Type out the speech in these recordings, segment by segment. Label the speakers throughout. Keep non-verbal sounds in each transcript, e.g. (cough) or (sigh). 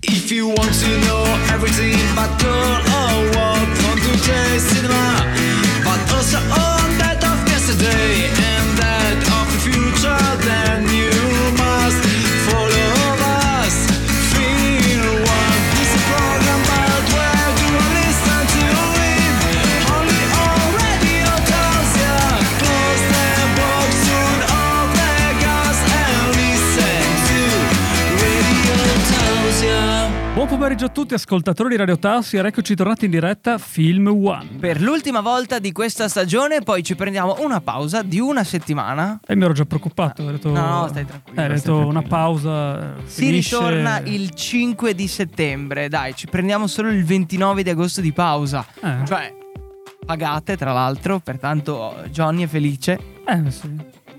Speaker 1: If you want to know everything about girl or what from today's cinema, but also on that of yesterday and that of the future, then you must follow us. Feel one. This is a program about where do I listen to it? Only on radio tells ya. Close the box, turn off the gas, and listen to radio tells ya.
Speaker 2: Buon pomeriggio a tutti, ascoltatori di Radio Tassi, eccoci tornati in diretta Film One.
Speaker 3: Per l'ultima volta di questa stagione, poi ci prendiamo una pausa di una settimana.
Speaker 2: E eh, mi ero già preoccupato, ho detto...
Speaker 3: No, no, stai tranquillo,
Speaker 2: Eh, ho
Speaker 3: stai
Speaker 2: detto una pausa. eh,
Speaker 3: Si
Speaker 2: finisce-
Speaker 3: ritorna il 5 di settembre, dai, ci prendiamo solo il 29 di agosto di pausa.
Speaker 2: Eh.
Speaker 3: Cioè, pagate tra l'altro, pertanto Johnny è felice.
Speaker 2: Eh, sì.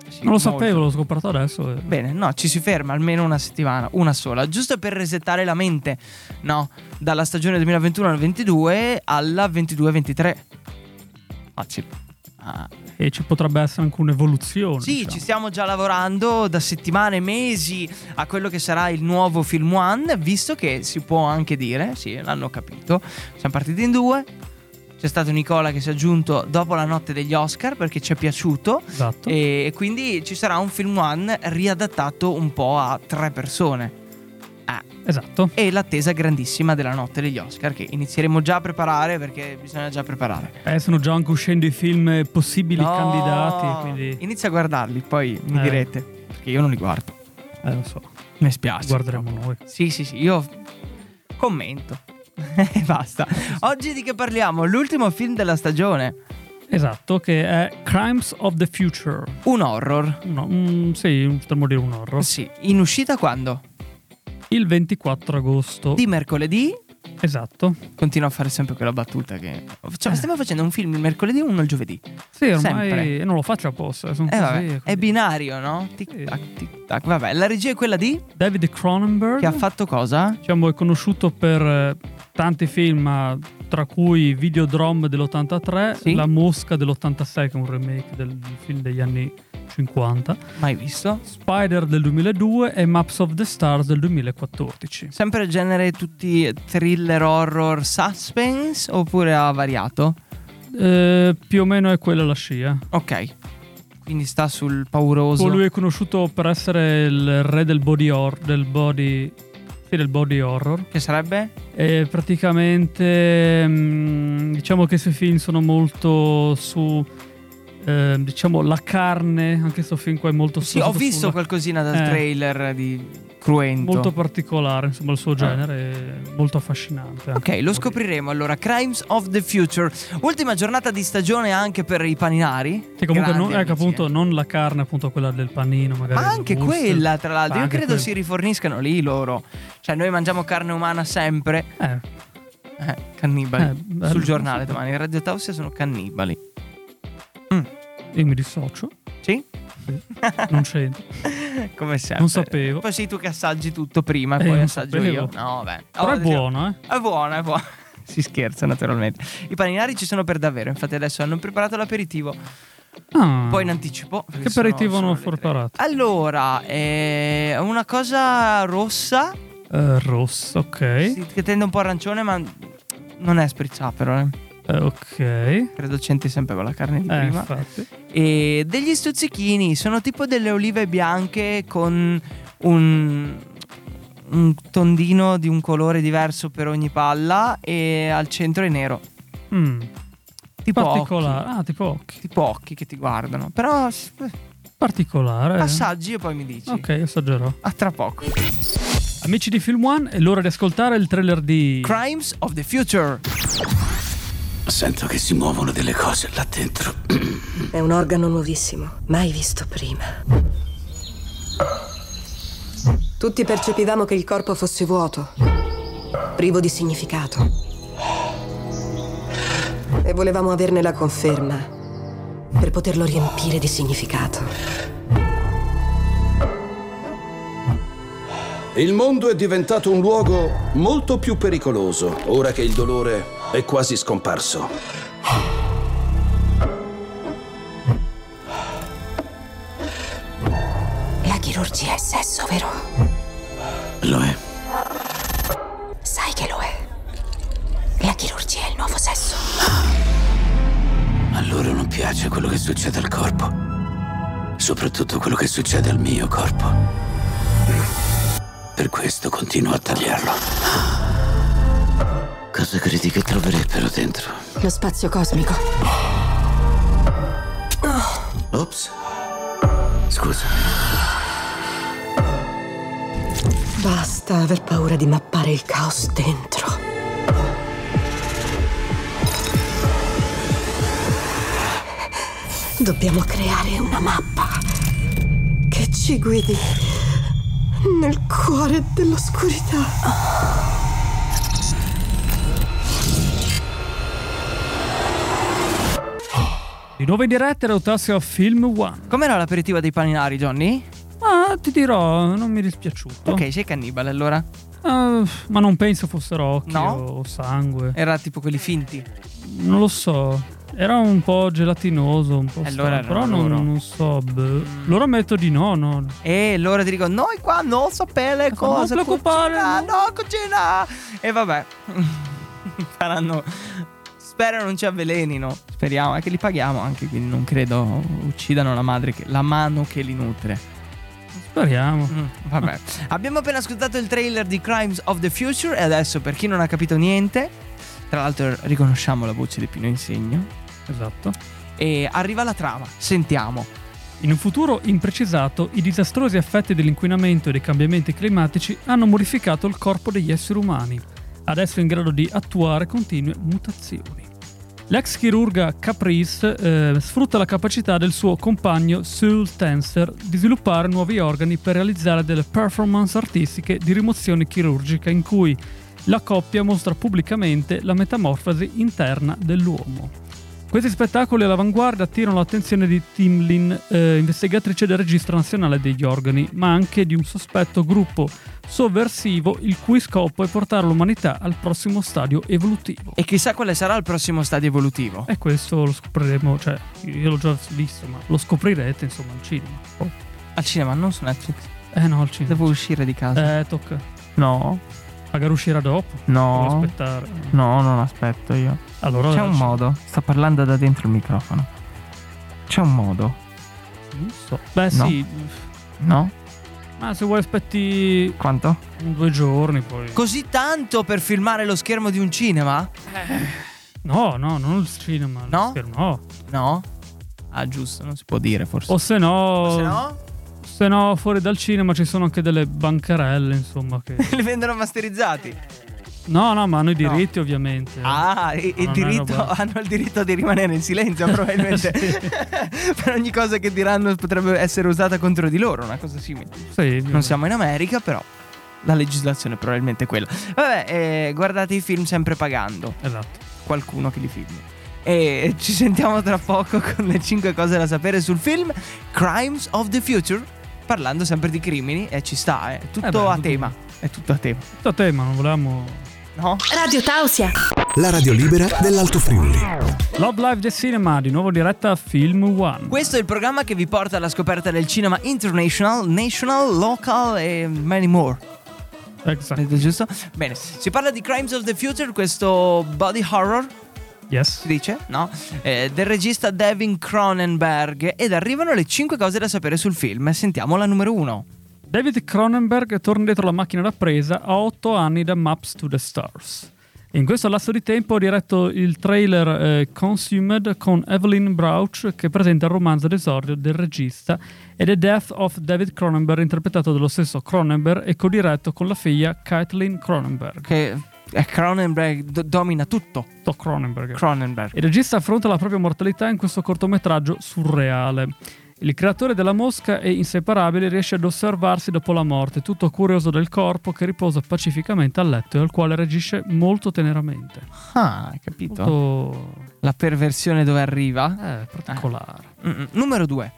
Speaker 2: Non
Speaker 3: Sì,
Speaker 2: lo
Speaker 3: molto.
Speaker 2: sapevo, l'ho scoperto adesso. eh.
Speaker 3: Bene, no, ci si ferma almeno una settimana, una sola, giusto per resettare la mente, no? Dalla stagione 2021-22 alla 22-23. Facile. Ah.
Speaker 2: E ci potrebbe essere anche un'evoluzione.
Speaker 3: Sì,
Speaker 2: diciamo.
Speaker 3: ci stiamo già lavorando da settimane, mesi a quello che sarà il nuovo Film One, visto che si può anche dire, sì, l'hanno capito, siamo partiti in due, c'è stato Nicola che si è aggiunto dopo la notte degli Oscar perché ci è piaciuto
Speaker 2: Esatto.
Speaker 3: e quindi ci sarà un Film One riadattato un po' a tre persone.
Speaker 2: Esatto.
Speaker 3: E l'attesa grandissima della notte degli Oscar che inizieremo già a preparare perché bisogna già preparare.
Speaker 2: Eh, sono già anche uscendo i film eh, possibili
Speaker 3: No,
Speaker 2: candidati, quindi...
Speaker 3: Inizia a guardarli, poi mi
Speaker 2: Eh.
Speaker 3: direte, perché io non li guardo.
Speaker 2: Eh, non so,
Speaker 3: Mi spiace.
Speaker 2: guarderemo noi.
Speaker 3: Sì, sì, sì, io commento. E (laughs) basta. Oggi di che parliamo? L'ultimo film della stagione.
Speaker 2: Esatto, che è Crimes of the Future.
Speaker 3: Un horror.
Speaker 2: No, mm, sì, potremmo dire un horror.
Speaker 3: Sì, in uscita quando?
Speaker 2: Il 24 agosto.
Speaker 3: Di mercoledì.
Speaker 2: Esatto.
Speaker 3: Continuo a fare sempre quella battuta che... Cioè, stiamo facendo un film il mercoledì e uno il giovedì.
Speaker 2: Sì, ormai
Speaker 3: Sempre.
Speaker 2: non lo faccio apposta. Sono
Speaker 3: Eh
Speaker 2: così,
Speaker 3: vabbè,
Speaker 2: quindi-
Speaker 3: è binario, no?
Speaker 2: Sì.
Speaker 3: Tic tac, tic tac. Vabbè, la regia è quella di...
Speaker 2: David Cronenberg,
Speaker 3: Che ha fatto cosa?
Speaker 2: diciamo, è conosciuto per eh, tanti film, ma tra cui Videodrome dell'83,
Speaker 3: Sì.
Speaker 2: La Mosca dell'86, che è un remake del film degli anni 50,
Speaker 3: Mai visto.
Speaker 2: Spider del 2002 e Maps of the Stars del 2014.
Speaker 3: Sempre genere tutti thriller, horror, suspense oppure ha variato?
Speaker 2: Eh, più o meno è quella la scia.
Speaker 3: Ok. Quindi sta sul
Speaker 2: Poi
Speaker 3: pauroso.
Speaker 2: Lui è conosciuto per essere il re del body horror, del body, sì, del body horror.
Speaker 3: Che sarebbe?
Speaker 2: E praticamente mm, diciamo che i suoi film sono molto su eh, diciamo la carne, anche questo film qua è molto
Speaker 3: Sì, ho
Speaker 2: basato
Speaker 3: visto
Speaker 2: sulla-
Speaker 3: qualcosina dal
Speaker 2: Eh.
Speaker 3: trailer di Cruento.
Speaker 2: molto particolare, insomma il suo genere è molto affascinante.
Speaker 3: Ah. Ok, lo scopriremo allora. Crimes of the Future. Ultima giornata di stagione anche per i paninari.
Speaker 2: Che comunque non,
Speaker 3: Grandi
Speaker 2: ecco,
Speaker 3: amici,
Speaker 2: appunto,
Speaker 3: eh.
Speaker 2: non la carne, appunto quella del panino, magari.
Speaker 3: Ma anche
Speaker 2: del wurstel.
Speaker 3: quella, tra l'altro.
Speaker 2: Ma
Speaker 3: Io
Speaker 2: anche
Speaker 3: credo
Speaker 2: quella.
Speaker 3: si riforniscano lì loro. Cioè, noi mangiamo carne umana sempre.
Speaker 2: Eh,
Speaker 3: Eh, cannibali.
Speaker 2: Eh, bello.
Speaker 3: Sul giornale domani. In Radio Tausia sono cannibali.
Speaker 2: io mi
Speaker 3: (laughs)
Speaker 2: dissocio,
Speaker 3: Sì?
Speaker 2: non c'entro.
Speaker 3: Come sempre.
Speaker 2: Non sapevo.
Speaker 3: Poi sei tu che assaggi tutto prima e
Speaker 2: Eh,
Speaker 3: poi
Speaker 2: non
Speaker 3: assaggio
Speaker 2: sapevo.
Speaker 3: io. No, beh.
Speaker 2: Però
Speaker 3: Oh,
Speaker 2: è buono, eh.
Speaker 3: È buona, è buona. (laughs) Si scherza naturalmente. I paninari ci sono per davvero, infatti adesso hanno preparato l'aperitivo,
Speaker 2: Ah.
Speaker 3: poi in anticipo. perché
Speaker 2: Che
Speaker 3: sono-
Speaker 2: aperitivo
Speaker 3: sono
Speaker 2: hanno
Speaker 3: le tre.
Speaker 2: preparato?
Speaker 3: Allora, eh, una cosa rossa,
Speaker 2: Eh, rosso, ok.
Speaker 3: sì, che tende un po' arancione, ma non è sprizzapero, eh.
Speaker 2: Eh, ok. Eh,
Speaker 3: credo c'entri sempre con la carne di prima.
Speaker 2: infatti.
Speaker 3: E degli stuzzichini, sono tipo delle olive bianche con un, un tondino di un colore diverso per ogni palla e al centro è nero.
Speaker 2: Mm.
Speaker 3: Tipo
Speaker 2: particolare. Ah, tipo occhi.
Speaker 3: tipo occhi che ti guardano. Però s-
Speaker 2: Particolare.
Speaker 3: assaggi e poi mi dici.
Speaker 2: Eh. Ok, assaggerò.
Speaker 3: A tra poco.
Speaker 2: Amici di Film One, è l'ora di ascoltare il trailer di
Speaker 3: Crimes of the Future.
Speaker 4: Sento che si muovono delle cose là dentro.
Speaker 5: È un organo nuovissimo, mai visto prima. Tutti percepivamo che il corpo fosse vuoto, privo di significato. E volevamo averne la conferma per poterlo riempire di significato.
Speaker 6: Il mondo è diventato un luogo molto più pericoloso, ora che il dolore è quasi scomparso.
Speaker 5: La chirurgia è sesso, vero?
Speaker 4: Lo è. succede al corpo, soprattutto quello che succede al mio corpo. Per questo continuo a tagliarlo. Cosa credi che troverebbero dentro?
Speaker 5: Lo spazio cosmico.
Speaker 4: Ops. Scusa,
Speaker 5: Basta aver paura di mappare il caos dentro. Dobbiamo creare una mappa che ci guidi nel cuore dell'oscurità.
Speaker 2: Di nuovo in diretta da Otasio Film One.
Speaker 3: Com'era l'aperitivo dei paninari, Johnny?
Speaker 2: Ma ti dirò, non mi è dispiaciuto.
Speaker 3: Ok, sei cannibale allora.
Speaker 2: Ah, ma non penso fossero occhi
Speaker 3: No?
Speaker 2: o sangue.
Speaker 3: Era tipo quelli finti.
Speaker 2: Non lo so. Era un po' gelatinoso, un po' strano,
Speaker 3: Allora no,
Speaker 2: però non,
Speaker 3: loro. Mm.
Speaker 2: non so. boh. Loro metto di no, no.
Speaker 3: E allora ti dico, noi qua non sapere
Speaker 2: fa, non
Speaker 3: cosa
Speaker 2: preoccupare,
Speaker 3: cucina,
Speaker 2: no.
Speaker 3: no cucina.
Speaker 2: (laughs)
Speaker 3: E vabbè, faranno... Spero non ci avvelenino. Speriamo, è che li paghiamo anche, quindi non credo uccidano la madre, che- la mano che li nutre.
Speaker 2: Speriamo.
Speaker 3: Mm, vabbè. Abbiamo appena ascoltato il trailer di Crimes of the Future e adesso per chi non ha capito niente, tra l'altro riconosciamo la voce di Pino Insegno,
Speaker 2: Esatto.
Speaker 3: e arriva la trama. Sentiamo.
Speaker 2: In un futuro imprecisato, i disastrosi effetti dell'inquinamento e dei cambiamenti climatici hanno modificato il corpo degli esseri umani, adesso in grado di attuare continue mutazioni. L'ex chirurga Caprice eh, sfrutta la capacità del suo compagno Seul Tenser di sviluppare nuovi organi per realizzare delle performance artistiche di rimozione chirurgica in cui la coppia mostra pubblicamente la metamorfosi interna dell'uomo. Questi spettacoli all'avanguardia attirano l'attenzione di Timlin, eh, investigatrice del registro nazionale degli organi, ma anche di un sospetto gruppo sovversivo il cui scopo è portare l'umanità al prossimo stadio evolutivo.
Speaker 3: E chissà quale sarà il prossimo stadio evolutivo.
Speaker 2: E questo lo scopriremo, cioè io l'ho già visto, ma lo scoprirete insomma al cinema.
Speaker 3: Al cinema, non su Netflix.
Speaker 2: Eh no, al cinema.
Speaker 3: Devo uscire di casa.
Speaker 2: Eh, tocca.
Speaker 3: No,
Speaker 2: Magari uscirà dopo. Devo
Speaker 3: no,
Speaker 2: aspettare.
Speaker 3: no, non aspetto io.
Speaker 2: Allora,
Speaker 3: C'è un
Speaker 2: ci-
Speaker 3: modo. Sto parlando da dentro il microfono. C'è un modo,
Speaker 2: Non so. Beh
Speaker 3: No.
Speaker 2: sì,
Speaker 3: no?
Speaker 2: ma se vuoi aspetti
Speaker 3: Quanto?
Speaker 2: due giorni poi...
Speaker 3: Così tanto per filmare lo schermo di un cinema?
Speaker 2: No, no, non il cinema. il
Speaker 3: No?
Speaker 2: schermo, no.
Speaker 3: No. Ah, giusto, non si può dire forse.
Speaker 2: O se no,
Speaker 3: Se no,
Speaker 2: se no, fuori dal cinema ci sono anche delle bancarelle, insomma. (laughs) Che...
Speaker 3: (laughs) li vendono masterizzati.
Speaker 2: No, no, ma hanno i diritti, ovviamente.
Speaker 3: Ah, e- e
Speaker 2: No, no,
Speaker 3: diritto-
Speaker 2: no, no.
Speaker 3: (laughs) hanno il diritto di rimanere in silenzio, probabilmente. (laughs) per ogni cosa che diranno potrebbe essere usata contro di loro, una cosa simile.
Speaker 2: Sì, ovviamente.
Speaker 3: Non siamo in America, però la legislazione è probabilmente quella. Vabbè, eh, guardate i film sempre pagando
Speaker 2: Esatto.
Speaker 3: qualcuno che li filmi. E ci sentiamo tra poco con le 5 cose da sapere sul film Crimes of the Future, parlando sempre di crimini e ci sta, eh. è tutto
Speaker 2: Eh beh,
Speaker 3: a
Speaker 2: tutto-
Speaker 3: tema. È tutto a tema,
Speaker 2: Tutto a te, ma non volevamo...
Speaker 3: no?
Speaker 7: Radio Tausia.
Speaker 8: La radio libera dell'Alto Friuli.
Speaker 2: Love Live The Cinema, di nuovo diretta a Film One.
Speaker 3: Questo è il programma che vi porta alla scoperta del cinema international, national, local e many more.
Speaker 2: Esatto.
Speaker 3: Detto giusto? Bene, si parla di Crimes of the Future, questo body horror si
Speaker 2: Yes.
Speaker 3: dice, no? Eh, del regista Devin Cronenberg ed arrivano le 5 cose da sapere sul film. Sentiamo la numero 1.
Speaker 2: David Cronenberg torna dietro la macchina da presa a 8 anni da Maps to the Stars. In questo lasso di tempo ha diretto il trailer eh, Consumed con Evelyn Brouch che presenta il romanzo d'esordio del regista e The Death of David Cronenberg interpretato dallo stesso Cronenberg e codiretto con la figlia Kathleen Cronenberg.
Speaker 3: Che eh, Cronenberg do- domina tutto.
Speaker 2: Otto Cronenberg.
Speaker 3: Cronenberg.
Speaker 2: Il regista affronta la propria mortalità in questo cortometraggio surreale. Il creatore della mosca è inseparabile e riesce ad osservarsi dopo la morte, tutto curioso del corpo che riposa pacificamente a letto e al quale reagisce molto teneramente.
Speaker 3: Ah, hai capito?
Speaker 2: Molto
Speaker 3: La perversione dove arriva?
Speaker 2: eh, particolare.
Speaker 3: Mm, mm. Numero 2.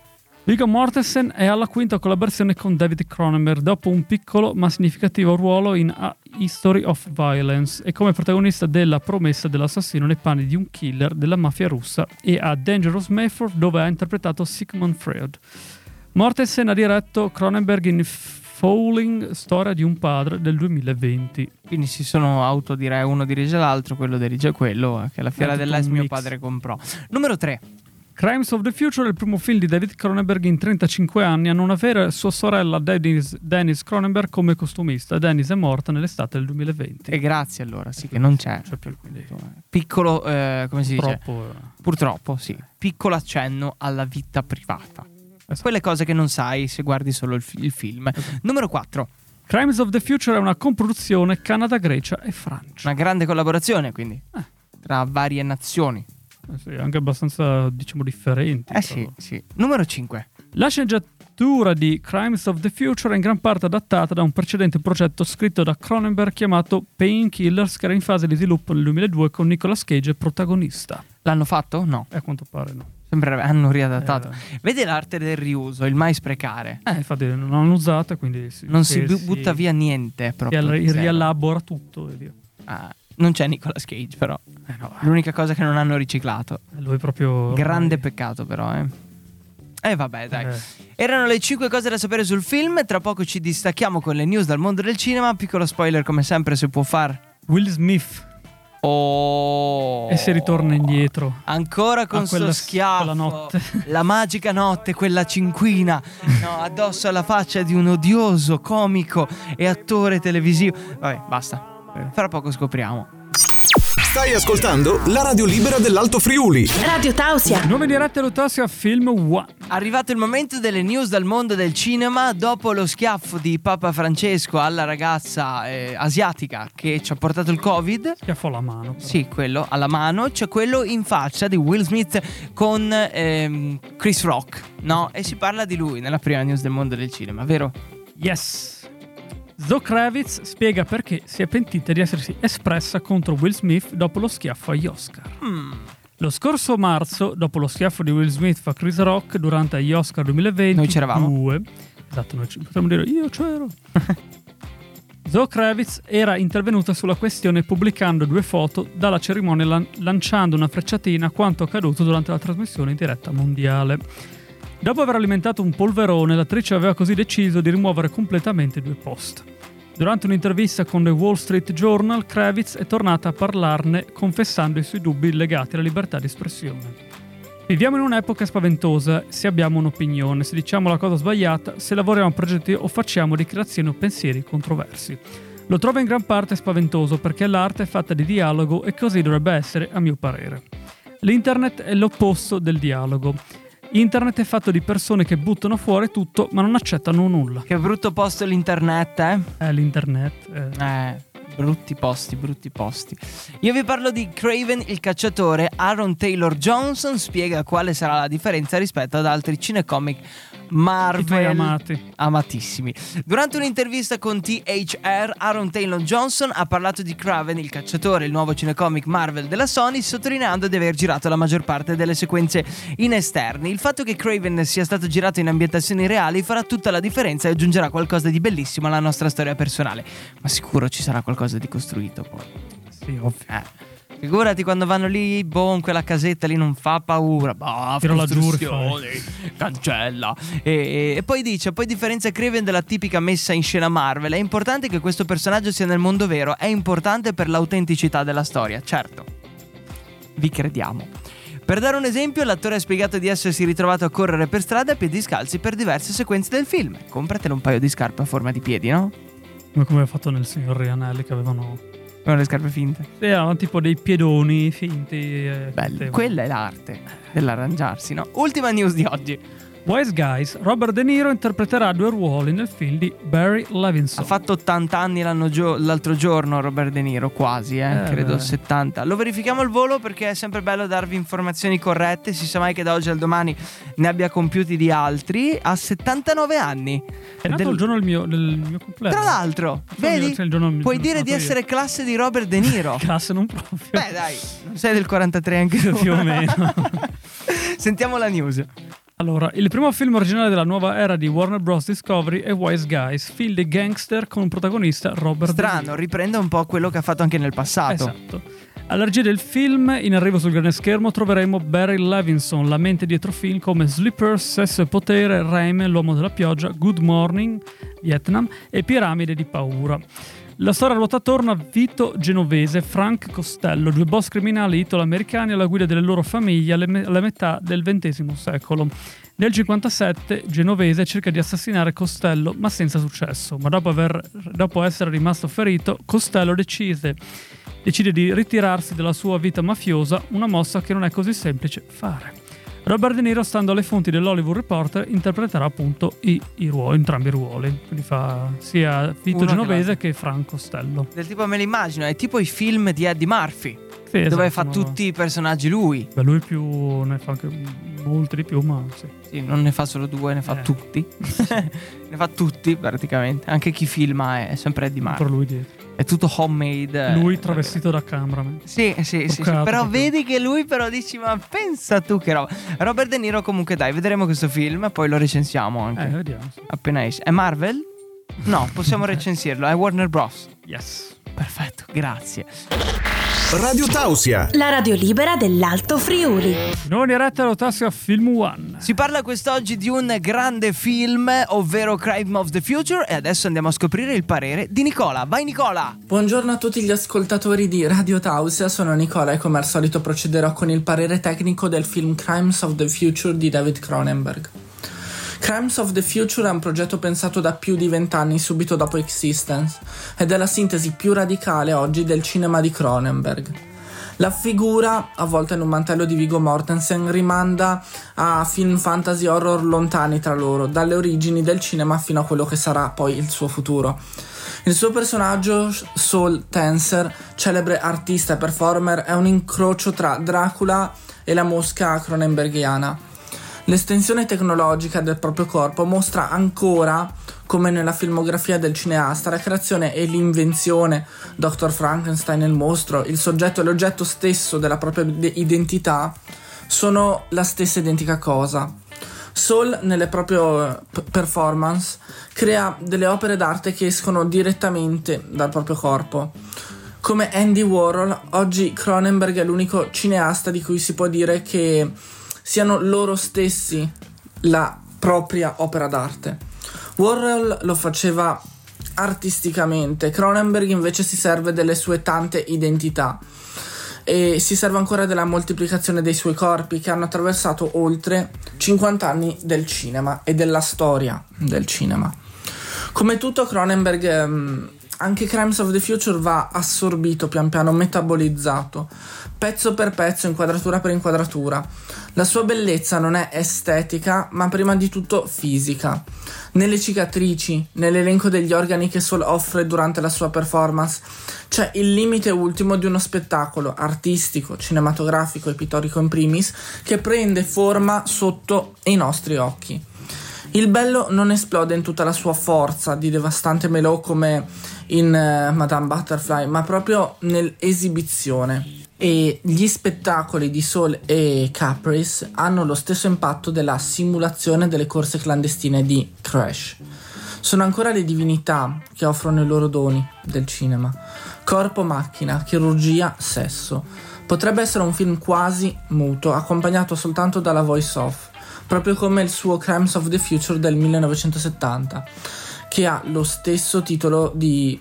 Speaker 2: Viggo Mortensen è alla quinta collaborazione con David Cronenberg dopo un piccolo ma significativo ruolo in A History of Violence e come protagonista della promessa dell'assassino nei panni di un killer della mafia russa e a Dangerous Method dove ha interpretato Sigmund Freud. Mortensen ha diretto Cronenberg in Falling, storia di un padre del 2020.
Speaker 3: Quindi si sono auto dire uno dirige l'altro, quello dirige quello, eh, che la fiera
Speaker 2: È tutto
Speaker 3: dell'Es
Speaker 2: un
Speaker 3: mio
Speaker 2: mix.
Speaker 3: padre comprò. Numero 3.
Speaker 2: Crimes of the Future è il primo film di David Cronenberg in 35 anni a non avere sua sorella Dennis, Dennis Cronenberg come costumista. Dennis è morta nell'estate del 2020.
Speaker 3: E grazie allora, sì, che non c'è.
Speaker 2: Cioè, più, quindi,
Speaker 3: Piccolo, eh, come si dice?
Speaker 2: troppo, eh.
Speaker 3: Purtroppo, sì. Piccolo accenno alla vita privata.
Speaker 2: Esatto.
Speaker 3: Quelle cose che non sai se guardi solo il, fi- il film. Numero 4.
Speaker 2: Crimes of the Future è una coproduzione Canada, Grecia e Francia.
Speaker 3: Una grande collaborazione, quindi. Tra varie nazioni.
Speaker 2: Eh sì, anche abbastanza, diciamo, differenti.
Speaker 3: Eh sì,
Speaker 2: però.
Speaker 3: sì. Numero 5.
Speaker 2: La sceneggiatura di Crimes of the Future è in gran parte adattata da un precedente progetto scritto da Cronenberg chiamato Painkillers che era in fase di sviluppo nel 2002 con Nicolas Cage protagonista.
Speaker 3: L'hanno fatto? No.
Speaker 2: E a quanto pare no.
Speaker 3: Sembra hanno riadattato.
Speaker 2: Eh.
Speaker 3: Vede l'arte del riuso, il mai sprecare.
Speaker 2: Eh, infatti non hanno usato e quindi si-
Speaker 3: Non si
Speaker 2: che
Speaker 3: bu- butta via niente
Speaker 2: si
Speaker 3: proprio.
Speaker 2: al-
Speaker 3: da zero.
Speaker 2: rielabora tutto e via.
Speaker 3: Ah, non c'è Nicolas Cage, però.
Speaker 2: Eh no,
Speaker 3: L'unica cosa che non hanno riciclato.
Speaker 2: lui proprio...
Speaker 3: Grande
Speaker 2: ormai-
Speaker 3: peccato, però, eh. Eh vabbè, dai.
Speaker 2: Eh.
Speaker 3: Erano le 5 cose da sapere sul film. Tra poco ci distacchiamo con le news dal mondo del cinema. Piccolo spoiler, come sempre, se può far.
Speaker 2: Will Smith
Speaker 3: Oh.
Speaker 2: e si ritorna indietro.
Speaker 3: Ancora con
Speaker 2: Ah, quella-
Speaker 3: sto schiaffo,
Speaker 2: quella notte.
Speaker 3: (laughs) la magica notte, quella cinquina, no, addosso alla faccia di un odioso comico e attore televisivo. Vabbè, basta. Fra poco scopriamo.
Speaker 8: Stai ascoltando la radio libera dell'Alto Friuli.
Speaker 7: Radio Tausia.
Speaker 2: Nome diretto e rotazione a Film One.
Speaker 3: Arrivato il momento delle news dal mondo del cinema. Dopo lo schiaffo di Papa Francesco alla ragazza eh, asiatica che ci ha portato il Covid,
Speaker 2: Schiaffo alla mano. però.
Speaker 3: Sì, quello alla mano, c'è quello in faccia di Will Smith con ehm, Chris Rock, no? E si parla di lui nella prima news del mondo del cinema, vero?
Speaker 2: Yes. Zoe Kravitz spiega perché si è pentita di essersi espressa contro Will Smith dopo lo schiaffo agli Oscar.
Speaker 3: Mm.
Speaker 2: Lo scorso marzo, dopo lo schiaffo di Will Smith a Chris Rock durante gli Oscar 2020,
Speaker 3: Noi c'eravamo.
Speaker 2: due- esatto, noi ci potremmo dire io c'ero. Zoe Kravitz era intervenuta sulla questione pubblicando due foto dalla cerimonia lan- lanciando una frecciatina a quanto accaduto durante la trasmissione in diretta mondiale. Dopo aver alimentato un polverone, l'attrice aveva così deciso di rimuovere completamente i due post. Durante un'intervista con The Wall Street Journal, Kravitz è tornata a parlarne confessando i suoi dubbi legati alla libertà di espressione. Viviamo in un'epoca spaventosa, se abbiamo un'opinione, se diciamo la cosa sbagliata, se lavoriamo a progetti o facciamo ricreazioni o pensieri controversi. Lo trovo in gran parte spaventoso perché l'arte è fatta di dialogo e così dovrebbe essere, a mio parere. L'internet è l'opposto del dialogo. Internet è fatto di persone che buttano fuori tutto ma non accettano nulla.
Speaker 3: Che brutto posto l'internet, eh?
Speaker 2: Eh, l'internet. eh.
Speaker 3: Eh, brutti posti, brutti posti. Io vi parlo di Craven il cacciatore. Aaron Taylor Johnson spiega quale sarà la differenza rispetto ad altri cinecomic
Speaker 2: I tuoi
Speaker 3: Marvel
Speaker 2: amati.
Speaker 3: amatissimi. Durante un'intervista con THR, Aaron Taylor Johnson ha parlato di Craven il cacciatore, il nuovo cinecomic Marvel della Sony, sottolineando di aver girato la maggior parte delle sequenze in esterni. Il fatto che Craven sia stato girato in ambientazioni reali farà tutta la differenza e aggiungerà qualcosa di bellissimo alla nostra storia personale. Ma sicuro ci sarà qualcosa di costruito poi.
Speaker 2: Sì, ovvio.
Speaker 3: Eh. Figurati quando vanno lì, boh, in quella casetta lì non fa paura. Boh,
Speaker 2: Tiro la giù,
Speaker 3: costruzione, cancella. E, e- e poi dice: Poi differenzia Craven dalla tipica messa in scena Marvel. È importante che questo personaggio sia nel mondo vero. È importante per l'autenticità della storia, certo. Vi crediamo. Per dare un esempio, l'attore ha spiegato di essersi ritrovato a correre per strada a piedi scalzi per diverse sequenze del film. Compratelo un paio di scarpe a forma di piedi, no?
Speaker 2: Come come aveva fatto nel signor Rianelli che avevano...
Speaker 3: Non le scarpe finte.
Speaker 2: Sì, erano tipo dei piedoni finti. eh,
Speaker 3: Bello.
Speaker 2: che
Speaker 3: Quella è l'arte dell'arrangiarsi, no? Ultima news di oggi.
Speaker 2: Wise Guys, Robert De Niro interpreterà due ruoli nel film di Barry
Speaker 3: Ha
Speaker 2: Levinson.
Speaker 3: fatto 80 anni l'anno gio- l'altro giorno Robert De Niro, quasi, eh,
Speaker 2: Eh,
Speaker 3: credo
Speaker 2: beh.
Speaker 3: 70. Lo verifichiamo al volo perché è sempre bello darvi informazioni corrette, si sa mai che da oggi al domani ne abbia compiuti di altri. Ha 79 anni.
Speaker 2: È nato
Speaker 3: Del-
Speaker 2: il giorno del mio, del mio compleanno.
Speaker 3: Tra l'altro,
Speaker 2: Sono
Speaker 3: vedi,
Speaker 2: io, cioè, il giorno- il
Speaker 3: puoi
Speaker 2: giorno
Speaker 3: dire
Speaker 2: nato
Speaker 3: di
Speaker 2: io.
Speaker 3: essere classe di Robert De
Speaker 2: (laughs)
Speaker 3: Niro.
Speaker 2: Classe non proprio.
Speaker 3: Beh dai, non sei del 43 anche tu.
Speaker 2: Più o meno.
Speaker 3: (laughs) Sentiamo la news.
Speaker 2: Allora, il primo film originale della nuova era di Warner Bros. Discovery è Wise Guys, film di gangster con un protagonista Robert De
Speaker 3: Strano,
Speaker 2: Niro.
Speaker 3: riprende un po' quello che ha fatto anche nel passato.
Speaker 2: Esatto. Alla regia del film, in arrivo sul grande schermo, troveremo Barry Levinson, la mente dietro film come Slippers, Sesso e Potere, Reme, L'uomo della pioggia, Good Morning, Vietnam e Piramide di paura. La storia ruota attorno a Vito Genovese, Frank Costello, due boss criminali italo-americani alla guida delle loro famiglie alle me- alla metà del XX secolo. Nel 57 Genovese cerca di assassinare Costello, ma senza successo. Ma dopo, aver- dopo essere rimasto ferito, Costello decise- decide di ritirarsi dalla sua vita mafiosa, una mossa che non è così semplice fare. Robert De Niro, stando alle fonti dell'Hollywood Reporter, interpreterà appunto i, i ruoli, entrambi i ruoli. Quindi fa sia Vito
Speaker 3: Uno che
Speaker 2: Genovese che, Franco Stello.
Speaker 3: Del tipo me lo immagino, è tipo i film di Eddie Murphy,
Speaker 2: Sì,
Speaker 3: dove
Speaker 2: esatto,
Speaker 3: fa
Speaker 2: ma-
Speaker 3: tutti i personaggi lui.
Speaker 2: Beh, lui più ne fa anche molti di più, ma sì.
Speaker 3: Sì, non ne fa solo due, ne fa
Speaker 2: Eh.
Speaker 3: tutti. (laughs) ne fa tutti praticamente. Anche chi filma è sempre Eddie
Speaker 2: Per
Speaker 3: Murphy.
Speaker 2: lui dietro.
Speaker 3: È tutto homemade. eh,
Speaker 2: Lui
Speaker 3: perché-
Speaker 2: travestito da cameraman.
Speaker 3: Sì, sì, sì, sì,
Speaker 2: Toccato,
Speaker 3: Però
Speaker 2: proprio.
Speaker 3: vedi che lui però dici, ma pensa tu che roba. Robert De Niro comunque dai, vedremo questo film e poi lo recensiamo anche.
Speaker 2: Eh, vediamo. sì.
Speaker 3: Appena esce. È Marvel? No, (laughs) possiamo recensirlo. È Warner Bros.
Speaker 2: Yes.
Speaker 3: Perfetto, grazie.
Speaker 8: Radio Tausia.
Speaker 7: La radio libera dell'Alto Friuli.
Speaker 2: Non in retta lo tassi a Film One.
Speaker 3: Si parla quest'oggi di un grande film, ovvero Crime of the Future, e adesso andiamo a scoprire il parere di Nicola. Vai Nicola!
Speaker 9: Buongiorno a tutti gli ascoltatori di Radio Tausia, sono Nicola e come al solito procederò con il parere tecnico del film Crimes of the Future di David Cronenberg. Crimes of the Future è un progetto pensato da più di vent'anni subito dopo Existence ed è la sintesi più radicale oggi del cinema di Cronenberg. La figura, avvolta in un mantello di Vigo Mortensen, rimanda a film fantasy horror lontani tra loro, dalle origini del cinema fino a quello che sarà poi il suo futuro. Il suo personaggio, Soul Tenser, celebre artista e performer, è un incrocio tra Dracula e la mosca cronenberghiana. L'estensione tecnologica del proprio corpo mostra ancora, come nella filmografia del cineasta, la creazione e l'invenzione, Dr. Frankenstein e il mostro, il soggetto e l'oggetto stesso della propria ide- identità sono la stessa identica cosa. Soul, nelle proprie eh, p- performance, crea delle opere d'arte che escono direttamente dal proprio corpo. Come Andy Warhol, oggi Cronenberg è l'unico cineasta di cui si può dire che siano loro stessi la propria opera d'arte. Warhol lo faceva artisticamente, Cronenberg invece si serve delle sue tante identità e si serve ancora della moltiplicazione dei suoi corpi che hanno attraversato oltre 50 anni del cinema e della storia del cinema. Come tutto Cronenberg, ehm, anche Crimes of the Future va assorbito pian piano, metabolizzato, pezzo per pezzo, inquadratura per inquadratura. La sua bellezza non è estetica, ma prima di tutto fisica. Nelle cicatrici, nell'elenco degli organi che Sol offre durante la sua performance, c'è il limite ultimo di uno spettacolo artistico, cinematografico e pittorico in primis, che prende forma sotto i nostri occhi. Il bello non esplode in tutta la sua forza di devastante melò come in eh, Madame Butterfly, ma proprio nell'esibizione. E gli spettacoli di Soul e Caprice hanno lo stesso impatto della simulazione delle corse clandestine di Crash. Sono ancora le divinità che offrono i loro doni del cinema. Corpo, macchina, chirurgia, sesso. Potrebbe essere un film quasi muto, accompagnato soltanto dalla voice off, proprio come il suo Crimes of the Future del 1970, che ha lo stesso titolo di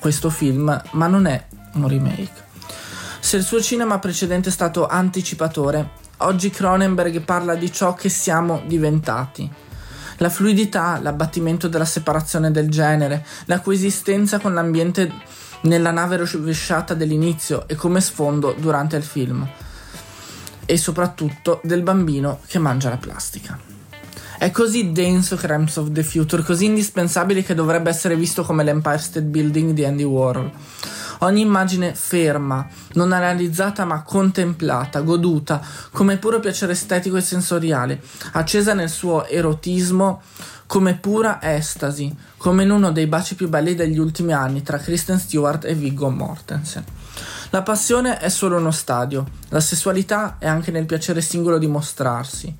Speaker 9: questo film, ma non è un remake. Se il suo cinema precedente è stato anticipatore, oggi Cronenberg parla di ciò che siamo diventati. La fluidità, l'abbattimento della separazione del genere, la coesistenza con l'ambiente nella nave rovesciata dell'inizio e come sfondo durante il film. E soprattutto del bambino che mangia la plastica. È così denso Crimes of the Future, così indispensabile che dovrebbe essere visto come l'Empire State Building di Andy Warhol. Ogni immagine ferma, non analizzata ma contemplata, goduta, come puro piacere estetico e sensoriale, accesa nel suo erotismo come pura estasi, come in uno dei baci più belli degli ultimi anni tra Kristen Stewart e Viggo Mortensen. La passione è solo uno stadio, la sessualità è anche nel piacere singolo di mostrarsi.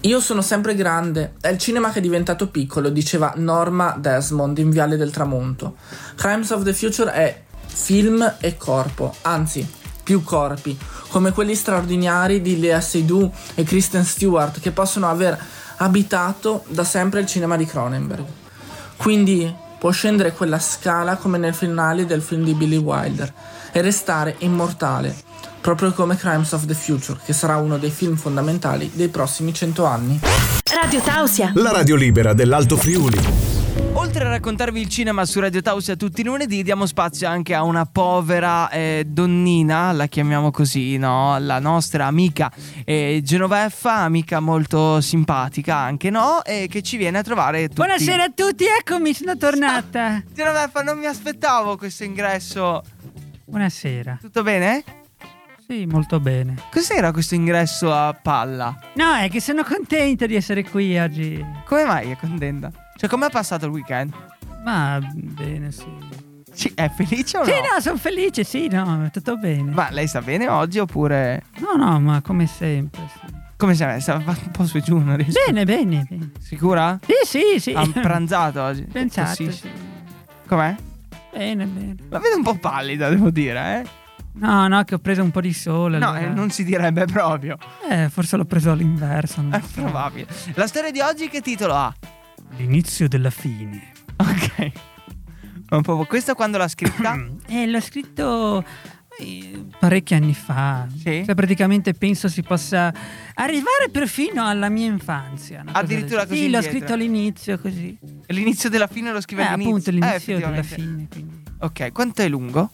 Speaker 9: Io sono sempre grande, è il cinema che è diventato piccolo, diceva Norma Desmond in Viale del Tramonto. Crimes of the Future è film e corpo, anzi, più corpi, come quelli straordinari di Lea Seydoux e Kristen Stewart che possono aver abitato da sempre il cinema di Cronenberg. Quindi può scendere quella scala come nel finale del film di Billy Wilder e restare immortale, proprio come Crimes of the Future, che sarà uno dei film fondamentali dei prossimi cento anni.
Speaker 7: Radio Tausia.
Speaker 8: La radio libera dell'Alto Friuli.
Speaker 3: Oltre a raccontarvi il cinema su Radio Tausia tutti i lunedì, diamo spazio anche a una povera eh, donnina, la chiamiamo così, no? La nostra amica eh, Genoveffa, amica molto simpatica anche, no? E che ci viene a trovare tutti.
Speaker 10: Buonasera a tutti, eccomi, sono tornata.
Speaker 3: Genoveffa, non mi aspettavo questo ingresso.
Speaker 10: Buonasera.
Speaker 3: Tutto bene?
Speaker 10: Sì, molto bene.
Speaker 3: Cos'era questo ingresso a palla?
Speaker 10: No, è che sono contenta di essere qui oggi.
Speaker 3: Come mai è contenta? Cioè, com'è passato il weekend?
Speaker 10: Ma bene, sì.
Speaker 3: Sì, è felice o no?
Speaker 10: Sì, no, sono felice, sì, no, tutto bene.
Speaker 3: Ma lei sta bene oggi oppure...
Speaker 10: No, no, ma come sempre. sì.
Speaker 3: Come si è messa? Va un po' su e giù, non riesco.
Speaker 10: Bene, bene, bene.
Speaker 3: Sicura?
Speaker 10: Sì, sì, sì. (laughs)
Speaker 3: Ha pranzato oggi?
Speaker 10: Pensato,
Speaker 3: Sì,
Speaker 10: sì.
Speaker 3: Com'è?
Speaker 10: Bene, bene.
Speaker 3: La vedo un po' pallida, devo dire, eh?
Speaker 10: No, no, che ho preso un po' di sole.
Speaker 3: No,
Speaker 10: allora.
Speaker 3: eh, non si direbbe proprio. (laughs)
Speaker 10: Eh, forse l'ho preso all'inverso. non
Speaker 3: È
Speaker 10: so.
Speaker 3: probabile. La storia di oggi che titolo ha?
Speaker 2: L'inizio della fine.
Speaker 3: Ok. Ma un po'... Questa quando
Speaker 10: (clears throat)
Speaker 3: l'ha scritta?
Speaker 10: Eh, l'ho scritto eh, parecchi anni fa.
Speaker 3: Sì?
Speaker 10: Cioè, praticamente penso si possa arrivare perfino alla mia infanzia. una cosa del
Speaker 3: Addirittura
Speaker 10: genere.
Speaker 3: così
Speaker 10: Sì, l'ho
Speaker 3: indietro.
Speaker 10: scritto all'inizio così.
Speaker 3: l'inizio della fine lo
Speaker 10: Eh,
Speaker 3: scrive all'inizio?
Speaker 10: appunto, l'inizio della fine.
Speaker 3: effettivamente.
Speaker 10: Quindi.
Speaker 3: Ok, quanto è lungo?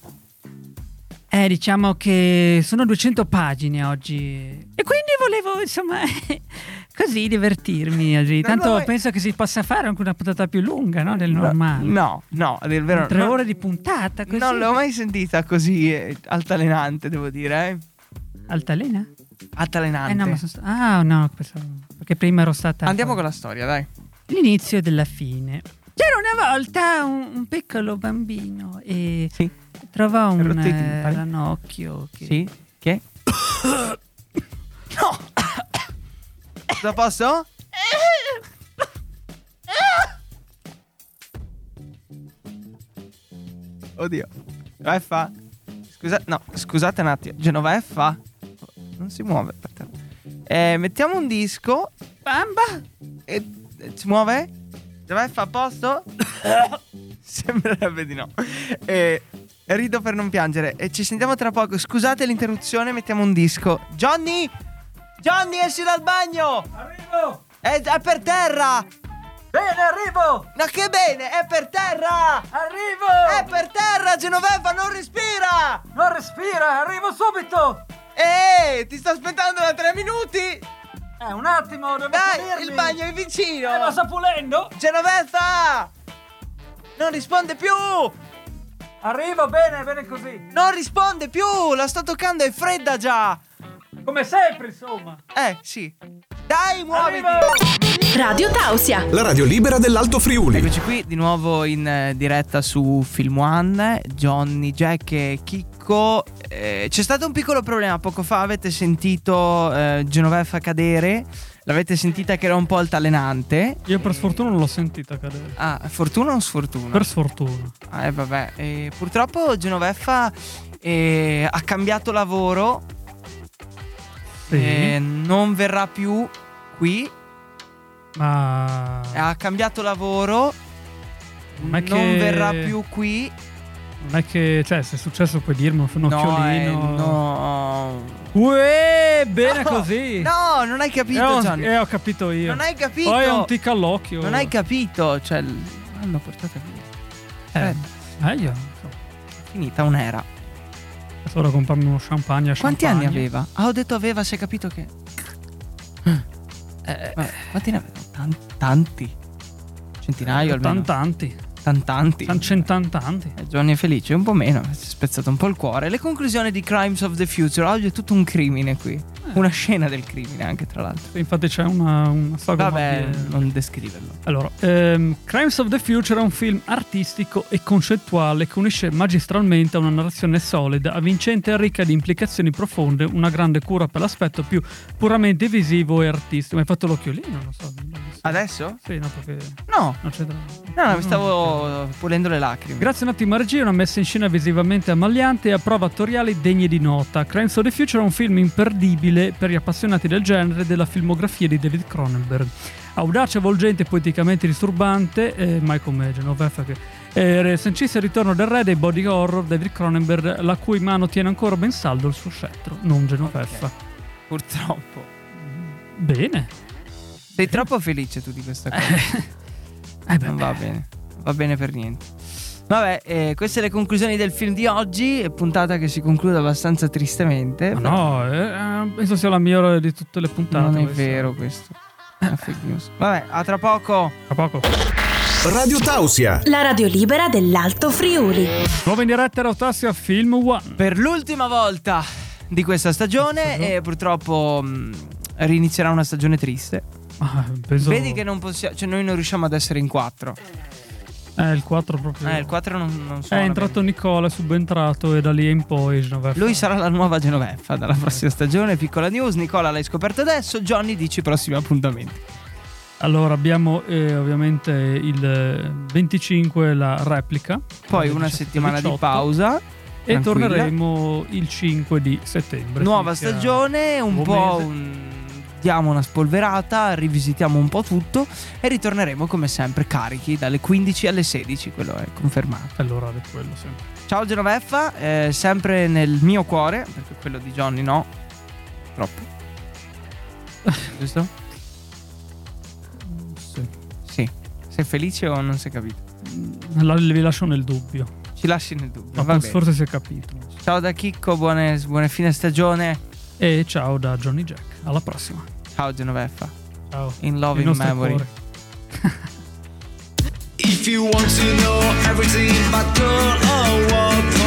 Speaker 10: Eh, diciamo che sono 200 pagine oggi. E quindi volevo, insomma, (laughs) così divertirmi. oggi.
Speaker 3: No,
Speaker 10: Tanto
Speaker 3: no, ma-
Speaker 10: penso che si possa fare anche una puntata più lunga, no? Del
Speaker 3: No,
Speaker 10: normale.
Speaker 3: No, no, a dir il vero.
Speaker 10: Tre
Speaker 3: non-
Speaker 10: ore di puntata, così.
Speaker 3: Non l'ho mai sentita così eh, altalenante, devo dire. Eh.
Speaker 10: Altalena?
Speaker 3: Altalenante.
Speaker 10: Eh no, ma sono sta- Ah, no, pensavo- perché prima ero stata...
Speaker 3: Andiamo con la storia, dai.
Speaker 10: L'inizio della fine. C'era una volta un, un piccolo bambino e
Speaker 3: Sì.
Speaker 10: trovò un
Speaker 3: Rotto i
Speaker 10: eh,
Speaker 3: timpani.
Speaker 10: ranocchio che...
Speaker 3: Sì? (coughs) Che? (coughs) no! Tutto a posto? Oddio. Genoveffa? Scusa, no, scusate un attimo. Genoveffa? Non si muove. aspetta. Eh, mettiamo un disco. Bamba! E, e si muove? Genoveffa a posto? (coughs) Sembrerebbe di no. E rido per non piangere. E ci sentiamo tra poco. Scusate l'interruzione, mettiamo un disco. Johnny! Johnny, esci dal bagno! Arrivo! È, è per terra! Bene, (laughs) arrivo! Ma che bene, è per terra! Arrivo! È per terra, Genoveva, non respira! Eh, Non respira, arrivo subito! Ehi, ti sto aspettando da tre minuti!
Speaker 10: Eh, un attimo, devo
Speaker 3: Dai, il bagno è
Speaker 2: Eh,
Speaker 3: vicino!
Speaker 10: Eh, pulendo!
Speaker 3: Genoveva! Non risponde più!
Speaker 10: Arrivo, bene, bene così.
Speaker 3: Non risponde più! La sto toccando, è fredda già!
Speaker 10: Come sempre, insomma.
Speaker 3: Eh, sì. Dai, muoviti!
Speaker 7: Radio Tausia.
Speaker 8: La radio libera dell'Alto Friuli.
Speaker 3: Eccoci qui di nuovo in eh, diretta su Film One, Johnny, Jack e Chicco. Eh, c'è stato un piccolo problema poco fa, avete sentito eh, Genoveffa cadere, l'avete sentita che era un po' altalenante.
Speaker 2: Io per sfortuna non l'ho sentita cadere.
Speaker 3: Ah, fortuna o sfortuna?
Speaker 2: Per sfortuna.
Speaker 3: Ah, eh, vabbè, eh, purtroppo Genoveffa eh, ha cambiato lavoro,
Speaker 2: Sì.
Speaker 3: eh, non verrà più qui,
Speaker 2: Ma...
Speaker 3: ha cambiato lavoro,
Speaker 2: Ma
Speaker 3: eh, non
Speaker 2: che-
Speaker 3: verrà più qui.
Speaker 2: Non è che... Cioè, se è successo puoi dirmi, un
Speaker 3: No, eh,
Speaker 2: occhiolino.
Speaker 3: no.
Speaker 2: Uè, bene
Speaker 3: No,
Speaker 2: così.
Speaker 3: No, non hai capito,
Speaker 2: Eh, ho,
Speaker 3: Johnny.
Speaker 2: eh, ho capito io.
Speaker 3: Non hai capito.
Speaker 2: Poi è un tic all'occhio.
Speaker 3: non hai capito. Cioè, l- l'hanno portata via.
Speaker 2: Eh, eh, io...
Speaker 3: È finita un'era.
Speaker 2: Adesso ora comprarmi uno champagne a
Speaker 3: Quanti anni
Speaker 2: champagne.
Speaker 3: aveva? Ah, ho detto aveva, si è capito che. Eh, ma quanti ne aveva? Tan- tanti. Centinaio almeno.
Speaker 2: Tantanti.
Speaker 3: Tantanti.
Speaker 2: Tan- Centantanti.
Speaker 3: Eh, Johnny è felice, un po' meno, si è spezzato un po' il cuore. Le conclusioni di Crimes of the Future. Oggi è tutto un crimine qui.
Speaker 2: Eh.
Speaker 3: Una scena del crimine, anche tra l'altro.
Speaker 2: Infatti c'è una, una saga
Speaker 3: Vabbè,
Speaker 2: mobile.
Speaker 3: non descriverlo.
Speaker 2: Allora, ehm, Crimes of the Future è un film artistico e concettuale che unisce magistralmente a una narrazione solida, avvincente e ricca di implicazioni profonde, una grande cura per l'aspetto più puramente visivo e artistico. Ma hai fatto l'occhiolino, non so. non so.
Speaker 3: Adesso?
Speaker 2: Sì, no, perché
Speaker 3: No,
Speaker 2: non c'entra.
Speaker 3: no, no, mi stavo pulendo le lacrime.
Speaker 2: Grazie a un'ottima regia e una messa in scena visivamente ammagliante e a prove attoriali degne di nota, Crimes of the Future è un film imperdibile per gli appassionati del genere e della filmografia di David Cronenberg. Audace, avvolgente e poeticamente disturbante, eh, mai come Genoveffa che Eh, sancisce il ritorno del re dei body horror David Cronenberg, la cui mano tiene ancora ben saldo il suo scettro, non Genoveffa.
Speaker 3: Purtroppo.
Speaker 2: Bene.
Speaker 3: Sei troppo felice tu di questa (laughs) cosa. non va bene. Va bene per niente. Vabbè, eh, queste le conclusioni del film di oggi. eh, Puntata che si conclude abbastanza tristemente.
Speaker 2: Ma no, eh, eh, penso sia la migliore di tutte le puntate.
Speaker 3: Non è
Speaker 2: questa.
Speaker 3: vero (laughs) questo. È una fake news. Vabbè, a tra poco.
Speaker 2: A poco.
Speaker 8: Radio Tausia.
Speaker 7: La radio libera dell'Alto Friuli.
Speaker 2: Nuova in diretta da Tassia Film One.
Speaker 3: Per l'ultima volta di questa stagione, e purtroppo mh, rinizierà una stagione triste.
Speaker 2: Ah, penso-
Speaker 3: Vedi che non possiamo. Cioè, noi non riusciamo ad essere in quattro.
Speaker 2: Eh, il 4 proprio.
Speaker 3: Eh, il 4 non, non
Speaker 2: è
Speaker 3: suona
Speaker 2: entrato Nicola, è subentrato e da lì in poi Genoveffa.
Speaker 3: bene. Lui sarà la nuova Genoveffa dalla prossima stagione. Piccola news, Nicola l'hai scoperto adesso. Johnny dici prossimi appuntamenti.
Speaker 2: Allora abbiamo eh, ovviamente il eh, 25 la replica.
Speaker 3: Poi
Speaker 2: Il
Speaker 3: una
Speaker 2: 17,
Speaker 3: settimana
Speaker 2: 18,
Speaker 3: di pausa.
Speaker 2: E
Speaker 3: tranquilla.
Speaker 2: torneremo il 5 di settembre. eh,
Speaker 3: Nuova
Speaker 2: Inizia-
Speaker 3: stagione, un
Speaker 2: nuovo
Speaker 3: po'
Speaker 2: mese.
Speaker 3: un- diamo una spolverata, rivisitiamo un po' tutto e ritorneremo come sempre carichi dalle 15 alle 16, quello è confermato.
Speaker 2: Allora è quello sempre.
Speaker 3: Ciao Genoveffa, eh, sempre nel mio cuore, perché quello di Johnny no, troppo. (laughs) Giusto?
Speaker 2: Sì.
Speaker 3: Sì. Sei felice o non si è capito?
Speaker 2: Allora vi lascio nel dubbio.
Speaker 3: Ci lasci nel dubbio.
Speaker 2: Ma
Speaker 3: va
Speaker 2: penso
Speaker 3: bene.
Speaker 2: forse si è capito. non so.
Speaker 3: Ciao da Chicco, buone, buone fine stagione.
Speaker 2: E ciao da Johnny Jack. Alla prossima.
Speaker 3: Ciao Genoveffa.
Speaker 2: Ciao.
Speaker 3: In love
Speaker 2: Il
Speaker 3: in
Speaker 2: nostro
Speaker 3: memory.
Speaker 2: cuore.
Speaker 1: If you want to know everything about girl or what